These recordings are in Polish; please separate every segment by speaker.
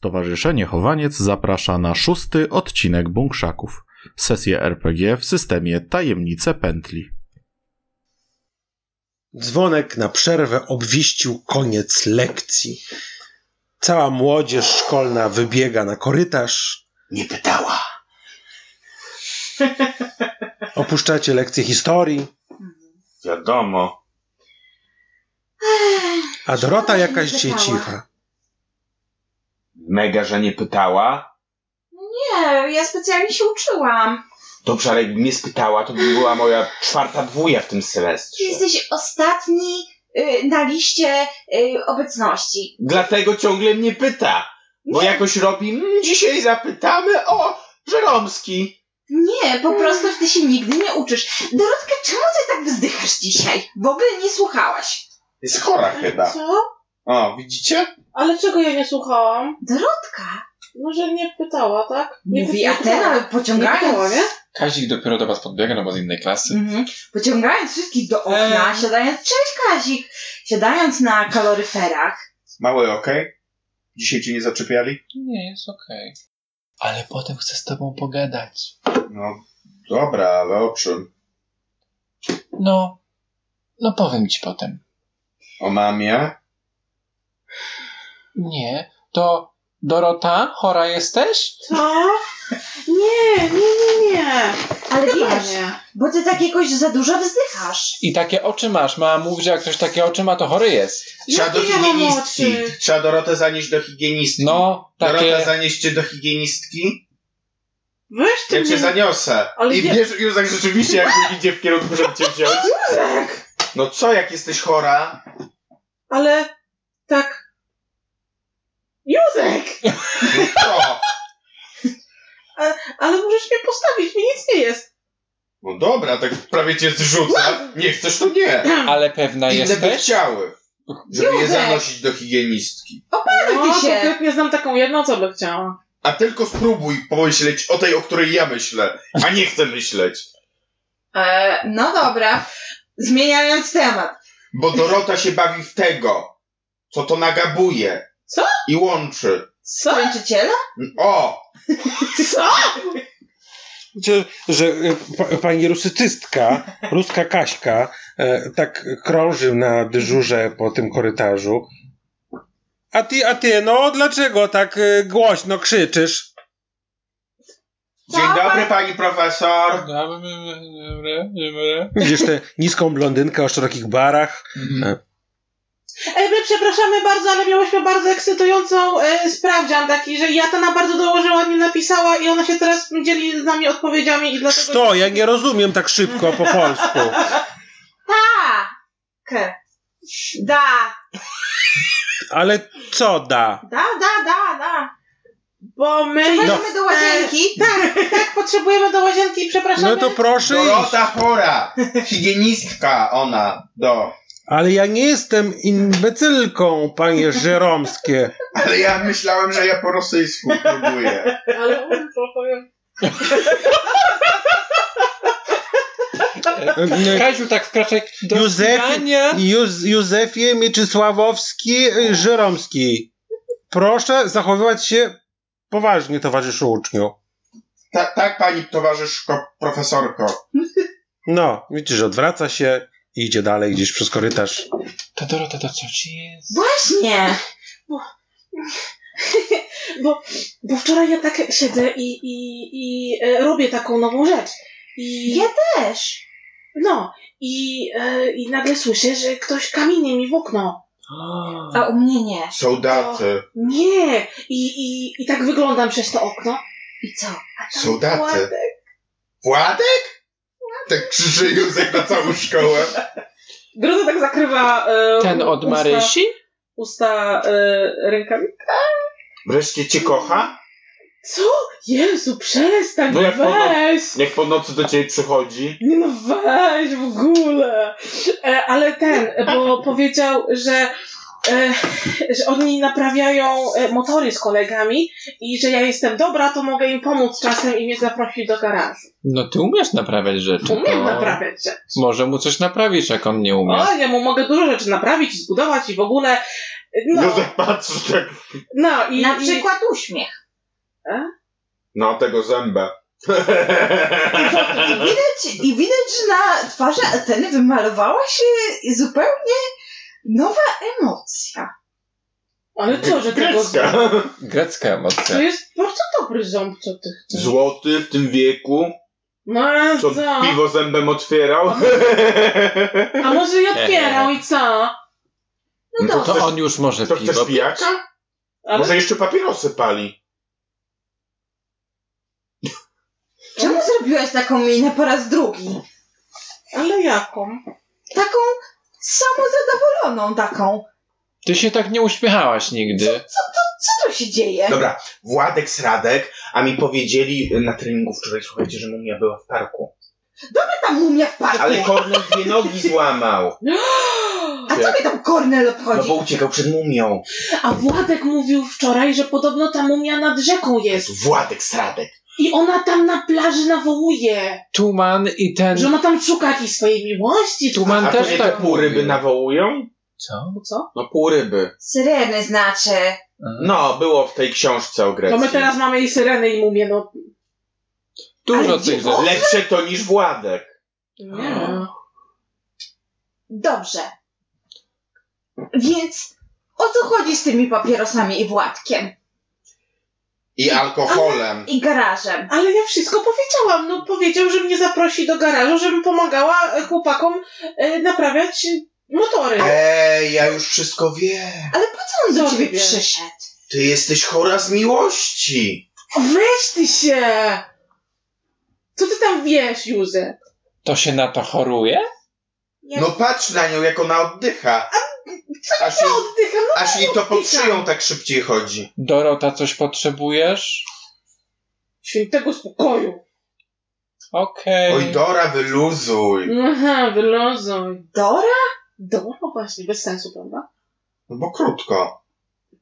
Speaker 1: Stowarzyszenie Chowaniec zaprasza na szósty odcinek Bunkrzaków. Sesję RPG w systemie Tajemnice Pętli.
Speaker 2: Dzwonek na przerwę obwiścił koniec lekcji. Cała młodzież szkolna wybiega na korytarz.
Speaker 3: Nie pytała.
Speaker 2: Opuszczacie lekcję historii,
Speaker 3: Wiadomo.
Speaker 2: a Dorota jakaś się cicha.
Speaker 3: Mega, że nie pytała.
Speaker 4: Nie, ja specjalnie się uczyłam.
Speaker 3: Dobrze, ale jakby mnie spytała, to by była moja czwarta dwója w tym
Speaker 4: Ty
Speaker 3: semestrze.
Speaker 4: jesteś ostatni y, na liście y, obecności.
Speaker 3: Dlatego ciągle mnie pyta. Bo jakoś robi, "Mm, dzisiaj zapytamy o Żeromski.
Speaker 4: Nie, po prostu ty się nigdy nie uczysz. Dorotka, czemu ty tak wzdychasz dzisiaj? W ogóle nie słuchałaś.
Speaker 3: Jest chora chyba.
Speaker 5: Co?
Speaker 3: O, widzicie?
Speaker 5: Ale czego ja nie słuchałam?
Speaker 4: Dorotka!
Speaker 5: No, że nie pytała, tak? Nie
Speaker 4: Mówi
Speaker 5: pytała.
Speaker 4: Atena,
Speaker 5: Nie pytała,
Speaker 4: pociągając...
Speaker 5: nie?
Speaker 6: Kazik dopiero do was podbiega, no bo z innej klasy.
Speaker 4: Mhm. Pociągając wszystkich do okna,
Speaker 6: Eee.
Speaker 4: siadając... Cześć Kazik! Siadając na kaloryferach.
Speaker 3: Małe, okej? Dzisiaj cię nie zaczepiali?
Speaker 6: Nie, jest okej. Ale potem chcę z tobą pogadać.
Speaker 3: No, dobra, ale o czym?
Speaker 6: No, no powiem ci potem.
Speaker 3: O mamie?
Speaker 6: Nie, to Dorota, chora jesteś?
Speaker 5: Co? Nie, nie, nie, nie.
Speaker 4: Ale
Speaker 5: Chyba
Speaker 4: wiesz,
Speaker 5: nie.
Speaker 4: bo ty tak jakoś za dużo wzdychasz.
Speaker 6: I takie oczy masz. Mama mówi, że jak ktoś takie oczy ma, to chory jest.
Speaker 3: Trzeba do
Speaker 5: Jakie ja mam
Speaker 3: higienistki.
Speaker 5: oczy?
Speaker 3: Trzeba Dorotę zanieść do higienistki.
Speaker 6: No,
Speaker 3: Dorota,
Speaker 6: takie...
Speaker 3: zanieść cię do higienistki?
Speaker 5: Weź ty
Speaker 3: Ja cię
Speaker 5: mnie.
Speaker 3: zaniosę.
Speaker 5: Ale
Speaker 3: I
Speaker 5: wie-
Speaker 3: wiesz, już tak rzeczywiście jakby idzie w kierunku, żeby cię wziąć.
Speaker 5: Tak.
Speaker 3: No co, jak jesteś chora?
Speaker 5: Ale tak... Józek!
Speaker 3: No co?
Speaker 5: Ale możesz mnie postawić, mi nic nie jest.
Speaker 3: No dobra, tak prawie cię zrzuca. Nie chcesz, to nie.
Speaker 6: Ale pewna
Speaker 3: Inne by
Speaker 6: jesteś?
Speaker 3: chciały, żeby je
Speaker 4: Józef!
Speaker 3: zanosić do higienistki.
Speaker 4: Bawi
Speaker 5: No,
Speaker 4: się.
Speaker 5: kompletnie znam taką jedną, co by chciała.
Speaker 3: A tylko spróbuj pomyśleć o tej, o której ja myślę, a nie chcę myśleć.
Speaker 4: E, no dobra. Zmieniając temat.
Speaker 3: Bo Dorota się bawi w tego, co to nagabuje.
Speaker 5: Co?
Speaker 3: I łączy.
Speaker 5: Co?
Speaker 4: Kończyciela?
Speaker 3: O!
Speaker 5: Co?
Speaker 2: Wiecie, że e, pa- pani rusycystka, ruska Kaśka, e, tak krąży na dyżurze po tym korytarzu. A ty, a ty, no dlaczego tak e, głośno krzyczysz?
Speaker 3: Dzień dobry, pani profesor.
Speaker 2: Widzisz tę niską blondynkę o szerokich barach?
Speaker 5: Ej, E, my przepraszamy bardzo, ale miałyśmy bardzo ekscytującą e, sprawdzian taki, że Jatana bardzo dołożyła, nie napisała i ona się teraz dzieli z nami odpowiedziami i dlatego...
Speaker 2: Sto, ja nie rozumiem tak szybko po polsku.
Speaker 4: Ta! K. Da!
Speaker 2: Ale co da?
Speaker 4: Da, da, da, da!
Speaker 5: Bo
Speaker 2: No.
Speaker 5: my...
Speaker 4: Weźmy do łazienki.
Speaker 5: Tak, tak, potrzebujemy do łazienki, przepraszamy.
Speaker 2: No to proszę iść.
Speaker 3: Dorota chora. Higienistka ona. Do.
Speaker 2: Ale ja nie jestem imbecylką, panie Żeromskie.
Speaker 3: Ale ja myślałem, że ja po rosyjsku próbuję.
Speaker 5: Ale on to powiem.
Speaker 6: Kaziu tak wkraczaj do
Speaker 2: Józef-
Speaker 6: zdania.
Speaker 2: Józ- Józefie Mieczysławowski y, Żeromski. Proszę zachowywać się poważnie, towarzyszu uczniu.
Speaker 3: Ta, tak, pani towarzyszko, profesorko.
Speaker 2: No, widzisz, odwraca się i idzie dalej gdzieś przez korytarz.
Speaker 6: To Dorota, to co ci jest?
Speaker 4: Właśnie!
Speaker 5: Bo, bo wczoraj ja tak siedzę i, i, i e, robię taką nową rzecz. I,
Speaker 4: Ja też!
Speaker 5: No, i, e, i nagle słyszę, że ktoś kamieniem mi w okno.
Speaker 4: A u mnie nie.
Speaker 3: Soldaty.
Speaker 5: Nie! I, i, i tak wyglądam przez to okno.
Speaker 4: I co?
Speaker 3: Soldaty.
Speaker 5: Ładek.
Speaker 3: Władek? Tak krzyczy Józek na całą szkołę.
Speaker 5: Gruda tak zakrywa e,
Speaker 6: Ten od
Speaker 5: usta-
Speaker 6: Marysi?
Speaker 5: Usta e, rękami.
Speaker 3: Wreszcie cię kocha?
Speaker 5: Co? Jezu, przestań,
Speaker 3: No jak ona-
Speaker 5: weź!
Speaker 3: Jak po nocy do ciebie przychodzi?
Speaker 5: Nie no weź w ogóle. E, ale ten, bo powiedział, że, e, że oni naprawiają e, motory z kolegami i że ja jestem dobra, to mogę im pomóc czasem i mnie zaprosił do garażu.
Speaker 6: No ty umiesz naprawiać rzeczy.
Speaker 5: Umiem
Speaker 6: to
Speaker 5: naprawiać rzeczy.
Speaker 6: Może mu coś naprawisz, jak on nie umie.
Speaker 5: O, ja mu mogę dużo rzeczy naprawić i zbudować i w ogóle. No,
Speaker 3: Józef patrzysz tak.
Speaker 5: no i...
Speaker 4: Na
Speaker 5: i-
Speaker 4: przykład uśmiech.
Speaker 3: No, tego zęba.
Speaker 4: I widać, i widać że na twarzy Ateny wymalowała się zupełnie nowa emocja.
Speaker 5: Ale co, że tego...
Speaker 3: Grecka.
Speaker 6: Grecka emocja.
Speaker 5: To jest bardzo dobry ząb, co ty chcesz.
Speaker 3: Złoty w tym wieku.
Speaker 5: No a
Speaker 3: Co
Speaker 5: co?
Speaker 3: piwo zębem otwierał.
Speaker 5: A może i otwierał i co?
Speaker 4: No
Speaker 3: No
Speaker 4: dobrze.
Speaker 3: chcesz-
Speaker 6: To on już może
Speaker 3: To
Speaker 6: piwo.
Speaker 3: chcesz pijaka?
Speaker 5: Ale
Speaker 3: Może jeszcze papierosy pali.
Speaker 4: Czemu zrobiłaś taką minę po raz drugi?
Speaker 5: Ale jaką?
Speaker 4: Taką samozadowoloną taką.
Speaker 6: Ty się tak nie uśmiechałaś nigdy.
Speaker 4: Co tu się dzieje?
Speaker 3: Dobra, Władek z Radek, a mi powiedzieli na treningu wczoraj, słuchajcie, że mumia była w parku.
Speaker 4: Ta mumia w parku.
Speaker 3: Ale Kornel dwie nogi złamał.
Speaker 4: A co mnie tam Kornel
Speaker 3: No
Speaker 4: obchodzi?
Speaker 3: bo uciekał przed mumią.
Speaker 5: A Władek mówił wczoraj, że podobno ta mumia nad rzeką jest.
Speaker 3: Jest Władek z Radek.
Speaker 5: I ona tam na plaży nawołuje.
Speaker 6: Tuman i ten...
Speaker 5: Że ona tam szuka jakiejś swojej miłości. czy
Speaker 6: Tuman
Speaker 3: A to nie
Speaker 6: też
Speaker 3: te
Speaker 6: tak
Speaker 3: pół ryby
Speaker 6: mówił.
Speaker 3: nawołują?
Speaker 6: Co?
Speaker 5: Co?
Speaker 3: No pół ryby.
Speaker 4: Syreny znaczy.
Speaker 3: No, było w tej książce o
Speaker 5: No
Speaker 3: Grecji.
Speaker 5: my teraz mamy i syrenę i mumię, no.
Speaker 6: Dużo
Speaker 4: Ale
Speaker 6: tych
Speaker 4: gdzie
Speaker 6: rzeczy.
Speaker 3: Lepsze to niż Władek.
Speaker 5: Nie.
Speaker 4: Dobrze. Więc o co chodzi z tymi papierosami i Władkiem?
Speaker 3: I alkoholem.
Speaker 4: I garażem?
Speaker 5: Ale ja wszystko powiedziałam. No powiedział, że mnie zaprosi do garażu, żebym pomagała e, chłopakom e, naprawiać e, motory.
Speaker 3: Ej, ja już wszystko wiem.
Speaker 4: Ale po co on do
Speaker 5: Co
Speaker 4: ciebie
Speaker 5: ty wiesz?
Speaker 4: przyszedł?
Speaker 3: Ty jesteś chora z miłości.
Speaker 5: Weź ty się! Co ty tam wiesz, Józef?
Speaker 6: To się na to choruje?
Speaker 4: Ja-
Speaker 3: No patrz na nią, jak ona oddycha. Aż jej,
Speaker 5: Ja oddycham, no
Speaker 3: aż jej to pod szyją tak szybciej chodzi.
Speaker 6: Dorota, coś potrzebujesz?
Speaker 5: świętego spokoju.
Speaker 6: Okej.
Speaker 3: Oj, Dora, wyluzuj.
Speaker 5: Aha, wylozuj.
Speaker 4: Dora?
Speaker 5: Dobra, no właśnie, bez sensu, prawda?
Speaker 3: No bo krótko.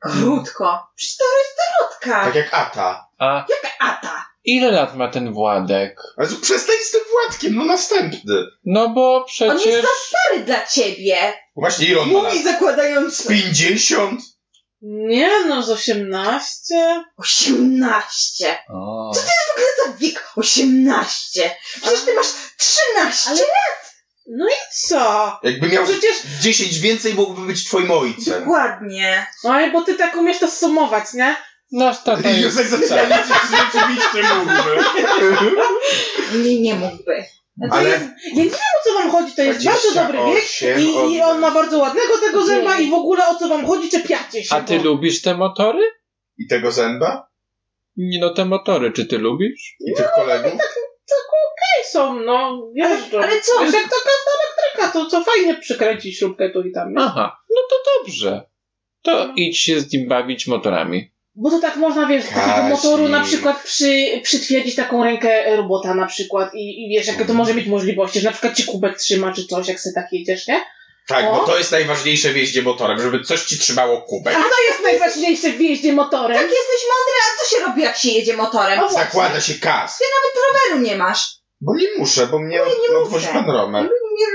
Speaker 4: Krótko. Przecież Dora jest Dorotka.
Speaker 3: Tak jak Ata.
Speaker 6: A
Speaker 4: Jak Ata.
Speaker 6: ile lat ma ten Władek?
Speaker 3: Ale to przestań z tym Władkiem, no następny.
Speaker 6: No bo
Speaker 4: On jest
Speaker 6: przecież...
Speaker 4: za stary dla ciebie.
Speaker 3: Właśnie ile on ma lat?
Speaker 4: Mówi zakładając
Speaker 3: 50?
Speaker 5: Nie no, z 18.
Speaker 4: 18.
Speaker 6: O.
Speaker 4: W ogóle za wiek 18. Przecież ty masz 13.
Speaker 5: Ale- No i co? No
Speaker 3: Jakby miał
Speaker 5: Przecież,
Speaker 3: 10 więcej, mógłby być twoim ojcem.
Speaker 4: Dokładnie.
Speaker 5: no bo ty tak umiesz to sumować, nie?
Speaker 6: Nasz tata jest...
Speaker 3: Józek zaczyna liczyć, że rzeczywiście mógłby.
Speaker 4: Nie, nie mógłby.
Speaker 5: To
Speaker 3: Ale-
Speaker 5: jest, ja nie wiem o co wam chodzi, to jest bardzo dobry wiek
Speaker 3: 28,
Speaker 5: i, i on ma bardzo ładnego tego zęba
Speaker 4: Dziewięć.
Speaker 5: i w ogóle o co wam chodzi, czepiacie się.
Speaker 6: A ty
Speaker 5: bo-
Speaker 6: lubisz te motory?
Speaker 3: I tego zęba?
Speaker 6: Nie no, te motory, czy ty lubisz?
Speaker 3: I
Speaker 5: No,
Speaker 3: tych kolegów?
Speaker 5: tak- Ej, są, no, jeżdżą.
Speaker 4: Ale co?
Speaker 5: Wiesz, jak to każda elektryka, to co fajnie przykręci śrubkę tu i tam. nie?
Speaker 6: Aha, no to dobrze. To idź się z nim bawić motorami.
Speaker 5: Bo to tak można, wiesz, do takiego
Speaker 3: Kazik.
Speaker 5: motoru na przykład przy, przytwierdzić taką rękę robota na przykład i, i wiesz, jakie to może mieć możliwości, że na przykład ci kubek trzyma czy coś, jak se tak jedziesz, nie?
Speaker 3: Tak,
Speaker 5: O.
Speaker 3: bo to jest najważniejsze w jeździe motorem, żeby coś ci trzymało kubek.
Speaker 5: A to jest najważniejsze w jeździe
Speaker 4: Jak
Speaker 5: motorem.
Speaker 4: jesteś mądry, a co się robi, jak się jedzie motorem?
Speaker 3: No
Speaker 5: O, no właśnie.
Speaker 3: Zakłada się kas.
Speaker 4: Roweru nie masz.
Speaker 3: Bo nie muszę, bo
Speaker 5: No
Speaker 3: mnie
Speaker 4: nie
Speaker 3: od- odwozi
Speaker 4: muszę.
Speaker 3: pan Romer.
Speaker 4: Nie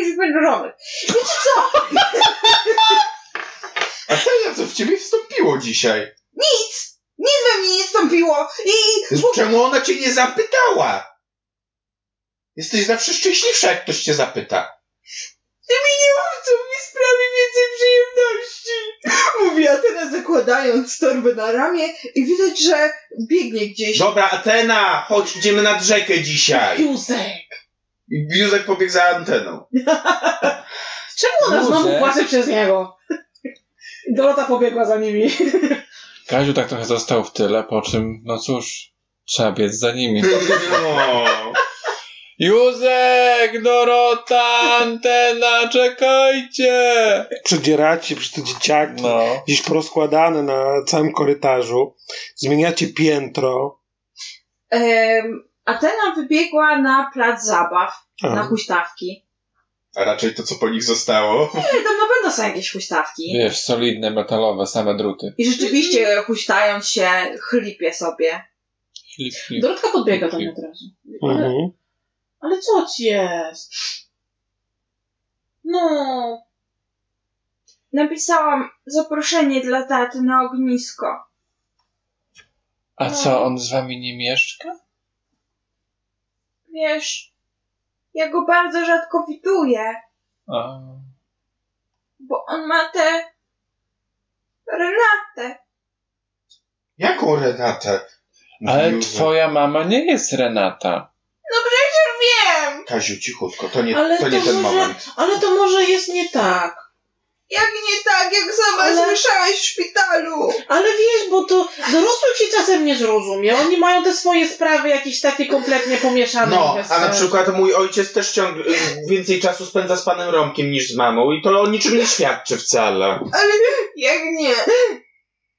Speaker 4: rozwiesz rower. Wiecie co?
Speaker 3: A teraz co w ciebie wstąpiło dzisiaj?
Speaker 4: Nic. Nic we mnie nie stąpiło. I
Speaker 3: Jezu, Czemu ona cię nie zapytała? Jesteś zawsze szczęśliwsza, jak ktoś cię zapyta.
Speaker 4: ty mi nie mów, co mi sprawi więcej przyjemności. Mówiła teraz zakładając torbę na ramię i widać, że biegnie gdzieś.
Speaker 3: Dobra, Atena, chodź, idziemy nad rzekę dzisiaj.
Speaker 5: Józek!
Speaker 3: I Józek pobiegł za anteną.
Speaker 5: Czemu ona znowu
Speaker 6: Józek?
Speaker 5: płacze przez niego? Dorota pobiegła za nimi.
Speaker 6: Kaziu tak trochę został w tyle, po czym, no cóż, trzeba biec za nimi.
Speaker 3: No.
Speaker 6: Józek, Dorota, antena, czekajcie!
Speaker 2: Przedzieracie przez te dzieciaki,
Speaker 6: No.
Speaker 2: gdzieś porozkładane na całym korytarzu. Zmieniacie piętro.
Speaker 4: Em, Atena wybiegła na plac zabaw, na
Speaker 2: A,
Speaker 4: huśtawki.
Speaker 3: A raczej to, co po nich zostało.
Speaker 4: Ale tam na pewno są jakieś huśtawki.
Speaker 6: Wiesz, solidne, metalowe, same druty.
Speaker 4: I rzeczywiście huśtając się, chlipie sobie.
Speaker 6: Flip, flip.
Speaker 5: Dorotka podbiega do mnie od razu. Ale,
Speaker 2: mhm.
Speaker 5: ale co ci jest? No...
Speaker 7: Napisałam zaproszenie dla taty na ognisko.
Speaker 6: A
Speaker 7: No.
Speaker 6: co, on z wami nie mieszka?
Speaker 7: Wiesz, ja go bardzo rzadko widuję,
Speaker 6: A,
Speaker 7: bo on ma tę Renatę.
Speaker 3: Jaką Renatę?
Speaker 6: ale
Speaker 3: Mówił, że-
Speaker 6: twoja mama nie jest Renata.
Speaker 7: Wiem,
Speaker 3: Kaziu, cichutko, to nie,
Speaker 5: Ale
Speaker 3: to nie
Speaker 5: to
Speaker 3: ten
Speaker 5: może-
Speaker 3: moment.
Speaker 5: Ale to może jest nie tak.
Speaker 4: Jak nie tak, jak sama
Speaker 5: Ale-
Speaker 4: słyszałeś w szpitalu?
Speaker 5: Ale wiesz, bo to dorosłych się czasem nie zrozumie. Oni mają te swoje sprawy jakieś takie kompletnie pomieszane.
Speaker 3: No,
Speaker 5: bez
Speaker 3: a na
Speaker 5: sensu.
Speaker 3: przykład mój ojciec też ciągle y, więcej czasu spędza z panem Romkiem niż z mamą i to o niczym nie świadczy wcale.
Speaker 4: Ale jak nie?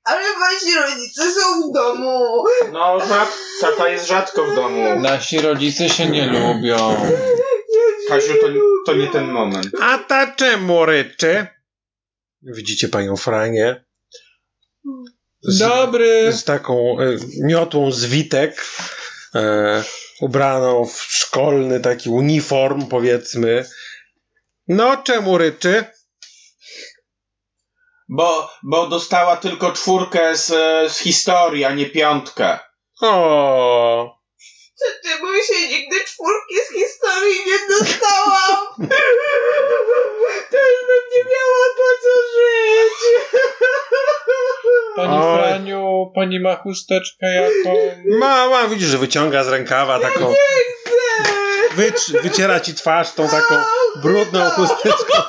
Speaker 4: Ale wasi rodzice są w domu.
Speaker 3: No, rzad, tata jest rzadko w domu.
Speaker 2: No.
Speaker 6: Nasi rodzice się nie lubią.
Speaker 3: Kaziu, to, to nie ten moment.
Speaker 2: A ta czemu ryczy? Widzicie panią Franię? Z,
Speaker 6: Dobry!
Speaker 2: z taką e, miotłą z witek, e, ubraną w szkolny taki uniform, powiedzmy. No, czemu ryczy?
Speaker 3: Bo, bo dostała tylko czwórkę z, e, z historii, a nie piątkę.
Speaker 2: O,
Speaker 4: Ty bo się nigdy czwórki z historii nie dostałam. Też bym nie miała po co żyć.
Speaker 6: Pani
Speaker 2: Oj.
Speaker 6: Franiu, pani ma chusteczkę jaką...
Speaker 2: mama, widzisz, że wyciąga z rękawa taką. Wytrz- wyciera ci twarz tą taką brudną chusteczką.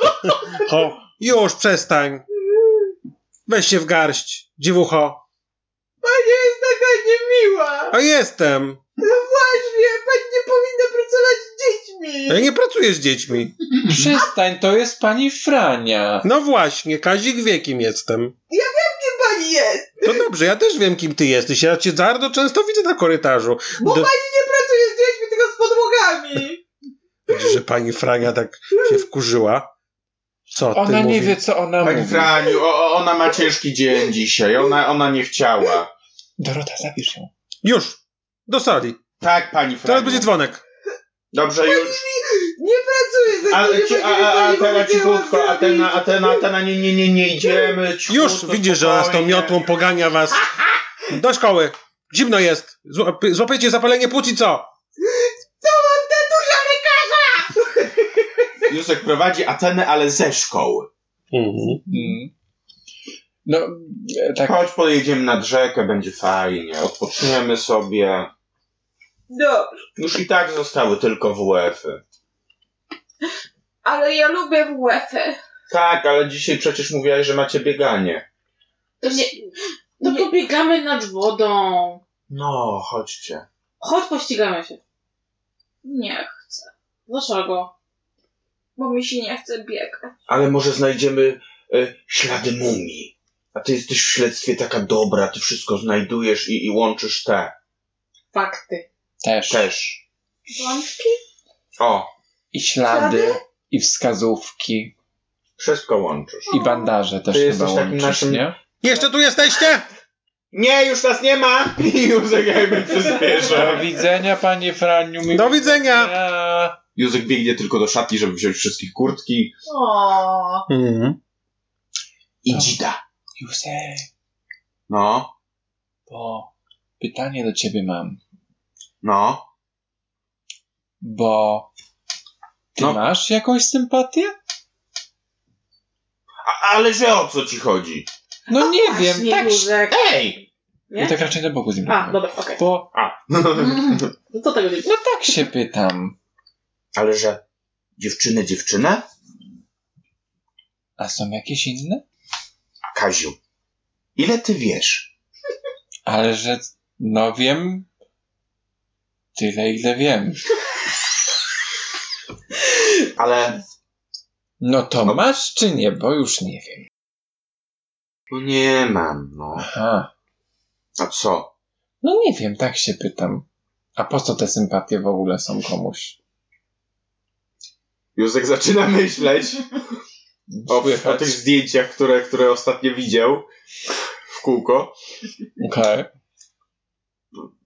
Speaker 2: O, już przestań. Weź się w garść, dziwucho.
Speaker 4: Pani jest taka niemiła.
Speaker 2: A jestem.
Speaker 4: No właśnie, pani nie powinna pracować z
Speaker 2: Ja
Speaker 4: dziećmi.
Speaker 2: nie pracuję z dziećmi.
Speaker 6: Przestań, to jest pani Frania.
Speaker 2: No właśnie, Kazik wie kim jestem.
Speaker 4: Kim pani jest?
Speaker 2: To dobrze, ja też wiem kim ty jesteś. Ja cię bardzo często widzę na korytarzu.
Speaker 4: Bo
Speaker 2: Do-
Speaker 4: pani nie pracuje z dziećmi, tylko z podłogami.
Speaker 2: Widzisz, że pani Frania tak się wkurzyła. Co ty
Speaker 6: Ona nie
Speaker 2: mówisz?
Speaker 6: wie, co ona
Speaker 3: Pani
Speaker 6: mówi.
Speaker 3: Tak, Franiu, o, o, ona ma ciężki dzień dzisiaj, ona, ona nie chciała.
Speaker 6: Dorota, zabierz ją.
Speaker 2: Już, do sali.
Speaker 3: Tak, pani
Speaker 2: Teraz
Speaker 3: Franiu.
Speaker 2: będzie dzwonek.
Speaker 3: Dobrze już.
Speaker 4: Nie pracuje z
Speaker 3: Ale
Speaker 4: dziećmi,
Speaker 3: ci, a, a, a,
Speaker 4: pani
Speaker 3: Atena,
Speaker 4: powiedziała
Speaker 3: cichutko,
Speaker 4: zrobić.
Speaker 3: Atena, Atena, Atena, nie, nie, nie, nie idziemy. Cichutko,
Speaker 2: Już, widzisz, że ona z tą
Speaker 3: spokojnie.
Speaker 2: miotłą pogania was. Do szkoły. Zimno jest. Złapy- Złapiecie zapalenie płuc i co?
Speaker 3: Józek prowadzi Atenę, ale ze szkoły.
Speaker 6: Mm. No, e, tak.
Speaker 3: Chodź, pojedziemy nad rzekę, będzie fajnie, odpoczniemy sobie.
Speaker 4: Dobrze,
Speaker 3: Już i tak zostały tylko y. WF-y.
Speaker 7: ale ja lubię WF-y.
Speaker 3: Tak, ale dzisiaj przecież mówiłaś, że macie bieganie.
Speaker 5: Nie, No to pobiegamy nad wodą.
Speaker 3: No, chodźcie.
Speaker 5: Chodź, pościgamy się.
Speaker 7: Nie,
Speaker 5: Dlaczego?
Speaker 7: bo mi się nie chce biegać.
Speaker 3: Ale może znajdziemy e, ślady mumii. A ty jesteś w śledztwie taka dobra, ty wszystko znajdujesz i, i łączysz te.
Speaker 5: Fakty.
Speaker 6: Też.
Speaker 3: Też.
Speaker 7: Wątki?
Speaker 3: O,
Speaker 6: I ślady, i wskazówki,
Speaker 3: wszystko łączysz.
Speaker 6: i bandaże też
Speaker 3: Ty
Speaker 6: chyba
Speaker 3: jesteś takim
Speaker 6: łączysz,
Speaker 3: naszym-
Speaker 6: nie?
Speaker 2: Jeszcze tu jesteście?
Speaker 3: Nie, już nas nie ma! I Józek jakby
Speaker 6: Do
Speaker 3: przyspiesza.
Speaker 6: widzenia, panie Franiu. miłego
Speaker 2: Do widzenia.
Speaker 6: dnia.
Speaker 3: Józek biegnie tylko do szatni, żeby wziąć wszystkich kurtki.
Speaker 5: O.
Speaker 2: Hmm.
Speaker 3: I dzida.
Speaker 6: Józef,
Speaker 3: No,
Speaker 6: bo pytanie do ciebie mam.
Speaker 3: no.
Speaker 6: Bo ty
Speaker 3: No.
Speaker 6: masz jakąś sympatię?
Speaker 3: A, ale że o co ci chodzi?
Speaker 6: No nie wiem,
Speaker 5: Właśnie,
Speaker 6: tak się...
Speaker 5: Józek.
Speaker 3: Ej!
Speaker 5: Nie?
Speaker 6: Ja tak raczej na boku z nim
Speaker 5: A,
Speaker 6: mówię.
Speaker 5: dobra, okej.
Speaker 6: Bo
Speaker 3: A.
Speaker 5: No to tego nie
Speaker 6: no tak się pytam.
Speaker 3: Ale że dziewczynę, dziewczynę?
Speaker 6: A są jakieś inne?
Speaker 3: Kaziu, ile ty wiesz?
Speaker 6: Ale że, no wiem... Tyle, ile wiem.
Speaker 3: Ale...
Speaker 6: No to masz czy nie, bo już nie wiem.
Speaker 3: No nie mam, no.
Speaker 6: Aha.
Speaker 3: A co?
Speaker 6: No nie wiem, tak się pytam. A po co te sympatie w ogóle są komuś?
Speaker 3: Józek zaczyna myśleć o, o
Speaker 6: Słychać.
Speaker 3: tych zdjęciach, które, które ostatnio widział w kółko.
Speaker 6: Okej.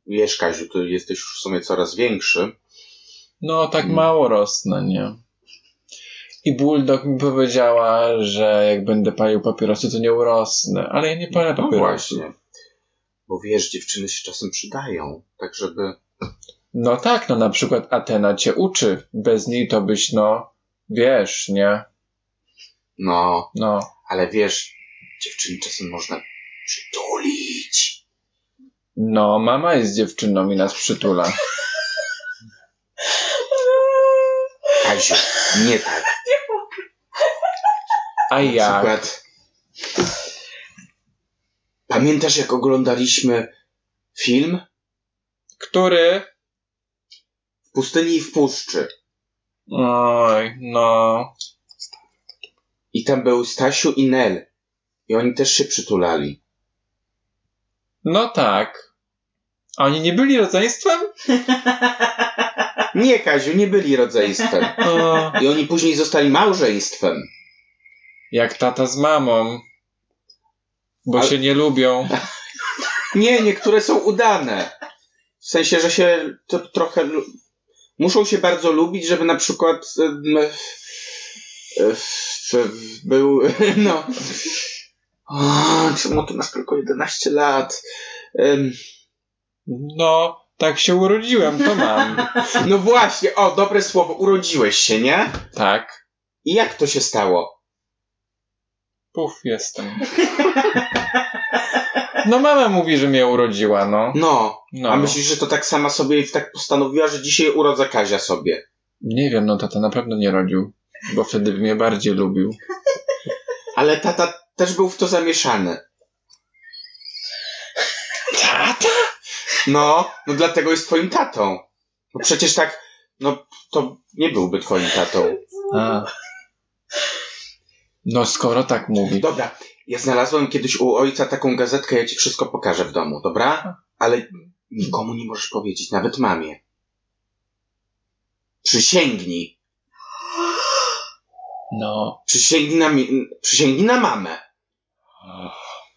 Speaker 3: Wiesz, Kaziu, ty jesteś już w sumie coraz większy.
Speaker 6: No tak
Speaker 3: Mm.
Speaker 6: mało rosnę, nie? I Bulldog mi powiedziała, że jak będę palił papierosy, to nie urosnę. Ale ja nie palę
Speaker 3: No
Speaker 6: papierosów.
Speaker 3: właśnie. Bo wiesz, dziewczyny się czasem przydają, tak żeby...
Speaker 6: No tak, no na przykład Atena cię uczy. Bez niej to byś, no, wiesz, nie?
Speaker 3: No,
Speaker 6: No.
Speaker 3: ale wiesz, dziewczyny czasem można przytulić.
Speaker 6: No, mama jest dziewczyną i nas przytula.
Speaker 3: Kaziu, nie tak.
Speaker 6: A
Speaker 3: Na
Speaker 6: ja?
Speaker 3: przykład... Pamiętasz, jak oglądaliśmy film?
Speaker 6: Który?
Speaker 3: W pustyni i w puszczy.
Speaker 6: Oj, no.
Speaker 3: I tam był Stasiu i Nel. I oni też się przytulali.
Speaker 6: No tak. A oni nie byli rodzeństwem?
Speaker 3: Nie, Kaziu, nie byli rodzeństwem.
Speaker 6: O,
Speaker 3: I oni później zostali małżeństwem.
Speaker 6: jak tata z mamą. Bo
Speaker 3: Ale-
Speaker 6: się nie lubią.
Speaker 3: Nie, niektóre są udane. W sensie, że się to trochę. lu- Muszą się bardzo lubić, żeby na przykład. em, e, f- f- Był. No. O, czemu to masz tylko 11 lat? Em,
Speaker 6: No, tak się urodziłem, to mam.
Speaker 3: No właśnie, o, dobre słowo, urodziłeś się, nie?
Speaker 6: Tak.
Speaker 3: I jak to się stało?
Speaker 6: Puf, jestem. No mama mówi, że mnie urodziła, no.
Speaker 3: No, a
Speaker 6: No.
Speaker 3: myślisz, że to tak sama sobie i tak postanowiła, że dzisiaj urodza Kazia sobie.
Speaker 6: Nie wiem, no tata na pewno nie rodził. Bo wtedy by mnie bardziej lubił.
Speaker 3: Ale tata też był w to zamieszany.
Speaker 6: Tata?
Speaker 3: No, no dlatego jest twoim tatą. Bo przecież tak, no to nie byłby twoim tatą.
Speaker 6: A. No skoro tak mówi.
Speaker 3: Dobra, ja znalazłem kiedyś u ojca taką gazetkę, ja ci wszystko pokażę w domu, dobra? Ale nikomu nie możesz powiedzieć, nawet mamie. Przysięgnij.
Speaker 6: No.
Speaker 3: Przysięgnij na, mi- przysięgnij na mamę.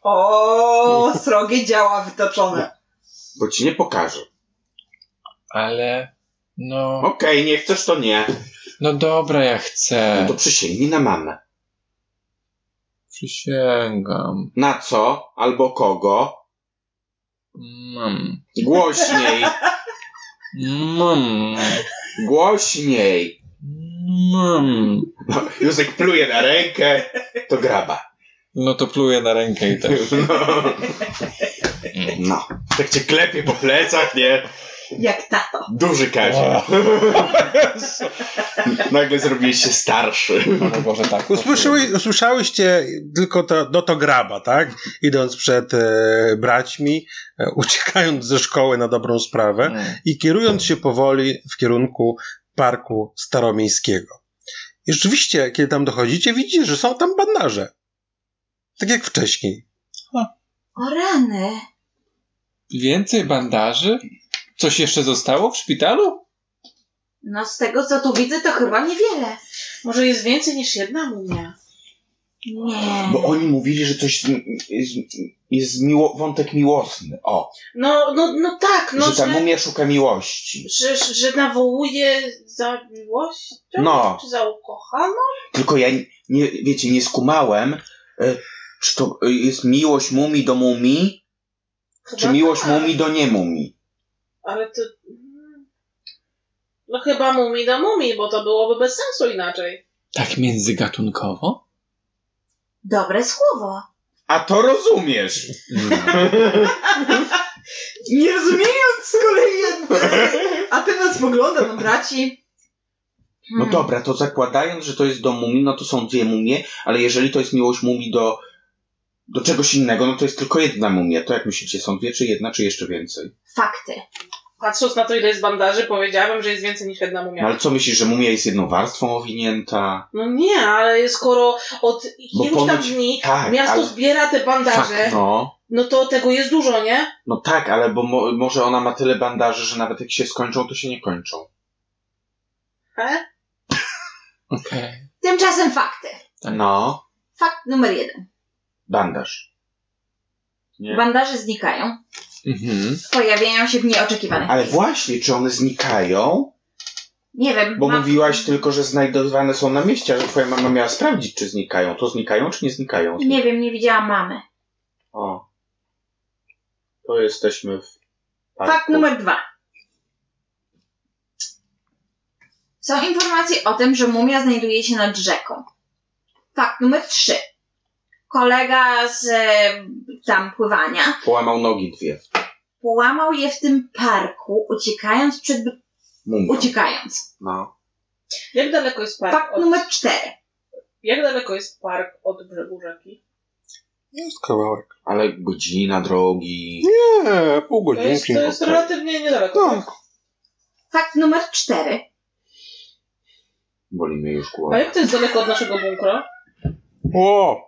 Speaker 4: O, srogie działa wytoczone.
Speaker 3: Bo ci nie pokażę.
Speaker 6: Ale... No...
Speaker 3: Okej, nie chcesz, to nie.
Speaker 6: No dobra, ja
Speaker 3: No
Speaker 6: chcę.
Speaker 3: to przysięgnij na mamę.
Speaker 6: Przysięgam.
Speaker 3: Na co? Albo kogo?
Speaker 6: Mam.
Speaker 3: Głośniej.
Speaker 6: Mam.
Speaker 3: Głośniej.
Speaker 6: Mam.
Speaker 3: No, Józek pluje na rękę, to graba.
Speaker 6: No to pluję na rękę i tak.
Speaker 3: No. no. Tak cię klepie po plecach, nie?
Speaker 4: Jak tak. tato.
Speaker 3: Duży Kazio. Nagle zrobiłeś się starszy.
Speaker 6: O Boże, tak.
Speaker 2: Usłyszały, usłyszałyście tylko to, no to graba, tak? Idąc przed e, braćmi, e, uciekając ze szkoły na dobrą sprawę
Speaker 6: Hmm.
Speaker 2: i kierując się powoli w kierunku parku staromiejskiego. I rzeczywiście, kiedy tam dochodzicie, widzicie, że są tam bandaże. Tak jak wcześniej.
Speaker 7: O rany.
Speaker 6: Więcej bandaży? Coś jeszcze zostało w szpitalu?
Speaker 7: No z tego co tu widzę to chyba niewiele.
Speaker 5: Może jest więcej niż jedna mumia.
Speaker 7: Nie.
Speaker 3: Bo oni mówili, że coś z- jest- jest miło, wątek miłosny. O,
Speaker 5: No, no, no tak, no,
Speaker 3: że ta
Speaker 5: że,
Speaker 3: mumia szuka miłości.
Speaker 5: że, że, nawołuje za miłością?
Speaker 3: No.
Speaker 5: Czy za ukochaną?
Speaker 3: Tylko ja, nie, wiecie, nie skumałem, e, czy to e, jest miłość mumii do mumii,
Speaker 5: Chyba
Speaker 3: czy miłość
Speaker 5: tak.
Speaker 3: mumii do nie mumii.
Speaker 5: Ale to... mm. No chyba mumi do mumi, bo to byłoby bez sensu inaczej.
Speaker 6: Tak międzygatunkowo?
Speaker 7: Dobre słowo.
Speaker 3: A to rozumiesz.
Speaker 4: Nie rozumiejąc z kolei Anteny, a ty nas spogląda na braci.
Speaker 3: No
Speaker 7: Hmm.
Speaker 3: dobra, to zakładając, że to jest do mumii, no to są dwie mumie, ale jeżeli to jest miłość mumii do, do czegoś innego, no to jest tylko jedna mumia. To jak myślicie, są dwie czy jedna, czy jeszcze więcej?
Speaker 7: Fakty.
Speaker 5: Patrząc na to, ile jest bandaży, powiedziałabym, że jest więcej niż jedna
Speaker 3: No
Speaker 5: mumia.
Speaker 3: ale co myślisz, że mumia jest jedną warstwą owinięta?
Speaker 5: No nie, ale skoro od
Speaker 3: Bo
Speaker 5: iluś tam
Speaker 3: ponoć-
Speaker 5: dni
Speaker 3: Tak,
Speaker 5: miasto
Speaker 3: ale,
Speaker 5: zbiera te bandaże,
Speaker 3: no,
Speaker 5: no to tego jest dużo, nie?
Speaker 3: no tak, ale bo mo, może ona ma tyle bandaży, że nawet jak się skończą, to się nie kończą.
Speaker 5: He?
Speaker 6: Okej.
Speaker 7: Tymczasem fakty.
Speaker 3: No,
Speaker 7: Fakt numer jeden.
Speaker 3: bandaż. Nie.
Speaker 7: Bandaże znikają.
Speaker 6: Mhm.
Speaker 7: Pojawiają się w nieoczekiwanych
Speaker 3: Ale
Speaker 7: miejscach.
Speaker 3: właśnie, czy one znikają?
Speaker 4: Nie wiem.
Speaker 3: Bo
Speaker 4: mam-
Speaker 3: mówiłaś tylko, że znajdowane są na mieście, a że twoja mama miała sprawdzić, czy znikają. To znikają, czy nie znikają?
Speaker 4: Nie wiem, nie widziałam mamy.
Speaker 3: O. To jesteśmy w... Tak,
Speaker 5: Tak,
Speaker 4: Fakt numer dwa. Są informacje o tym, że mumia znajduje się nad rzeką. Fakt numer trzy. Kolega z e, tam pływania
Speaker 3: Połamał nogi dwie.
Speaker 4: połamał je w tym parku, uciekając przed.
Speaker 3: Mumią.
Speaker 4: uciekając.
Speaker 3: No.
Speaker 5: Jak daleko jest park?
Speaker 4: Fakt
Speaker 5: Tak, od,
Speaker 4: numer cztery.
Speaker 5: Jak daleko jest park od brzegu rzeki?
Speaker 2: Jest kawałek.
Speaker 3: Ale godzina drogi.
Speaker 2: Nie, pół
Speaker 5: To jest,
Speaker 2: godzinki.
Speaker 5: to jest
Speaker 3: okej.
Speaker 5: relatywnie niedaleko.
Speaker 2: Tak.
Speaker 5: tak?
Speaker 4: Fakt numer cztery.
Speaker 3: Boli mnie już
Speaker 5: A
Speaker 3: głowa.
Speaker 5: jak to jest daleko od naszego bunkra?
Speaker 2: O!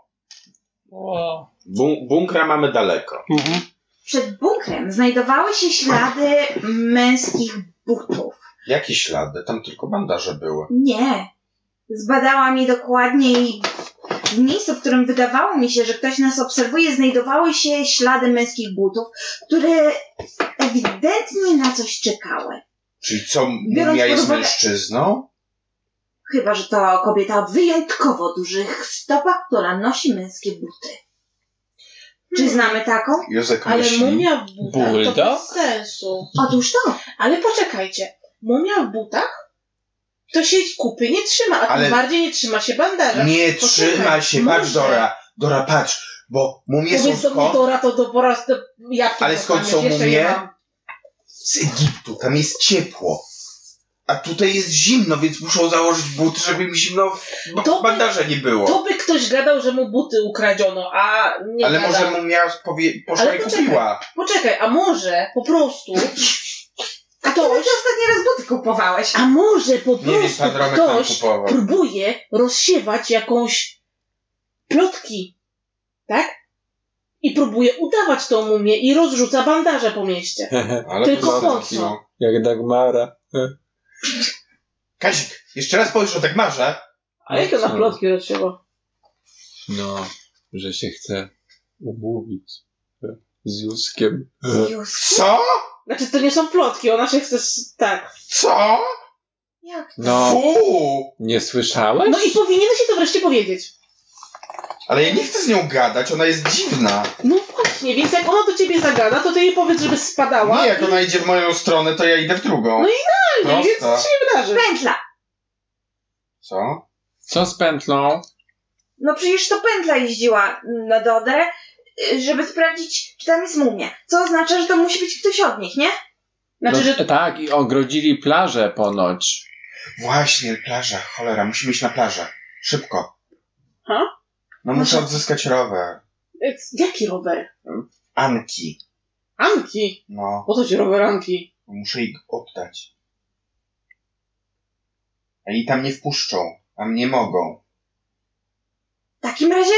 Speaker 6: Wow.
Speaker 3: Bun- bunkra mamy daleko.
Speaker 2: Mhm.
Speaker 4: Przed bunkrem znajdowały się ślady męskich butów.
Speaker 3: Jakie ślady? Tam tylko bandaże były.
Speaker 4: Nie. Zbadałam je dokładnie i w miejscu, w którym wydawało mi się, że ktoś nas obserwuje, znajdowały się ślady męskich butów, które ewidentnie na coś czekały.
Speaker 3: Czyli co,
Speaker 4: Biorąc
Speaker 3: mumia
Speaker 4: pod
Speaker 3: jest
Speaker 4: uwagę-
Speaker 3: mężczyzną?
Speaker 4: Chyba, że to kobieta o wyjątkowo dużych stopach, która nosi męskie buty.
Speaker 5: Hmm.
Speaker 4: Czy znamy taką?
Speaker 3: Józek
Speaker 5: Ale
Speaker 3: myśli.
Speaker 5: mumia w butach to
Speaker 6: Bulldog?
Speaker 5: bez sensu.
Speaker 4: Otóż to.
Speaker 5: Ale poczekajcie. Mumia w butach? To się kupy nie trzyma, a tym
Speaker 3: Ale-
Speaker 5: bardziej nie trzyma się bandaża.
Speaker 3: Nie
Speaker 5: Poczekaj,
Speaker 3: trzyma się,
Speaker 5: może.
Speaker 3: patrz Dora, Dora patrz, bo mumie są
Speaker 5: Powiedz do mnie
Speaker 3: skąd?
Speaker 5: Dora, to do Bora, do... ja tu
Speaker 3: Ale
Speaker 5: mam
Speaker 3: skąd są
Speaker 5: pamięć, jeszcze
Speaker 3: mumie?
Speaker 5: nie mam.
Speaker 3: Z Egiptu, tam jest ciepło. A tutaj jest zimno, więc muszą założyć buty, żeby mi zimno w ba-
Speaker 5: To by-
Speaker 3: bandaże nie było.
Speaker 5: To by ktoś gadał, że mu buty ukradziono, a nie
Speaker 3: Ale
Speaker 5: gada.
Speaker 3: może mumia powie... poszła
Speaker 5: Ale
Speaker 3: i
Speaker 5: poczekaj.
Speaker 3: kupiła.
Speaker 5: Poczekaj, a może po prostu
Speaker 4: A kiedy ty
Speaker 5: ktoś...
Speaker 4: ostatni raz buty kupowałeś?
Speaker 5: A może po prostu
Speaker 3: Nie wiem, pan Romek tam
Speaker 5: ktoś
Speaker 3: kupował.
Speaker 5: próbuje rozsiewać jakąś plotki, tak? I próbuje udawać tą mumię i rozrzuca bandaże po mieście.
Speaker 3: Ale to-
Speaker 5: tylko po co?
Speaker 3: no.
Speaker 6: Jak Dagmara.
Speaker 3: Kazik, jeszcze raz powiesz tak o Dagmarze.
Speaker 5: A jakie ona
Speaker 6: Co?
Speaker 5: plotki rozsiewa?
Speaker 6: No, że się chce umówić z Juskiem.
Speaker 4: Już.
Speaker 3: Co?
Speaker 5: Znaczy to nie są plotki, ona się chce... s- tak.
Speaker 3: Co?
Speaker 4: Jak?
Speaker 6: No,
Speaker 3: Fuu!
Speaker 6: nie słyszałeś?
Speaker 5: No i powinien się to wreszcie powiedzieć.
Speaker 3: Ale ja nie chcę z nią gadać, ona jest dziwna.
Speaker 5: No właśnie, więc jak ona do ciebie zagada, to ty jej powiedz, żeby spadała.
Speaker 3: Nie, jak ona idzie w moją stronę, to ja idę w drugą.
Speaker 5: No
Speaker 3: Prosta.
Speaker 5: Więc nic się nie wydarzy.
Speaker 4: Pętla.
Speaker 3: Co?
Speaker 6: Co z pętlą?
Speaker 4: No przecież to pętla jeździła na Dodę, y, żeby sprawdzić, czy tam jest mumia. Co oznacza, że to musi być ktoś od nich, nie?
Speaker 5: Znaczy, że
Speaker 6: no, Tak, i ogrodzili plażę ponoć.
Speaker 3: Właśnie, plaża, cholera, musimy iść na plażę. Szybko.
Speaker 5: Ha?
Speaker 3: No muszę odzyskać rower.
Speaker 5: Więc Jaki rower?
Speaker 3: Anki.
Speaker 5: Anki.
Speaker 3: No,
Speaker 5: Po co ci rower Anki?
Speaker 3: muszę ich oddać. Oni tam nie wpuszczą, tam nie mogą.
Speaker 4: W takim razie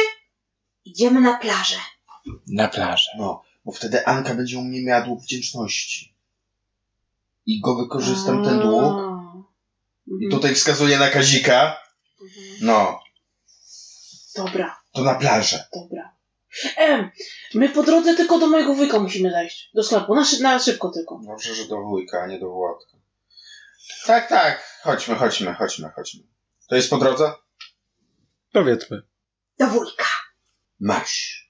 Speaker 4: idziemy na plażę.
Speaker 6: Na plażę.
Speaker 3: No, bo wtedy Anka będzie u mnie miała dług wdzięczności. I go wykorzystam, ten dług. I
Speaker 5: Mhm.
Speaker 3: tutaj wskazuję na Kazika. No,
Speaker 5: Dobra,
Speaker 3: to na plażę.
Speaker 5: dobra. Em, my po drodze tylko do mojego wujka musimy zajść. Do sklepu, na, szy- na szybko tylko.
Speaker 3: Dobrze, że do wujka, a nie do Władka. Tak, tak, chodźmy, chodźmy, chodźmy, chodźmy. To jest po drodze?
Speaker 2: Powiedzmy.
Speaker 4: Do wujka.
Speaker 3: Masz.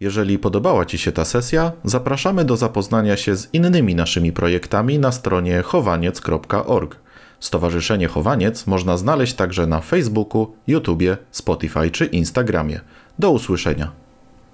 Speaker 1: Jeżeli podobała Ci się ta sesja, zapraszamy do zapoznania się z innymi naszymi projektami na stronie chowaniec.org. Stowarzyszenie Chowaniec można znaleźć także na Facebooku, YouTubie, Spotify czy Instagramie. Do usłyszenia.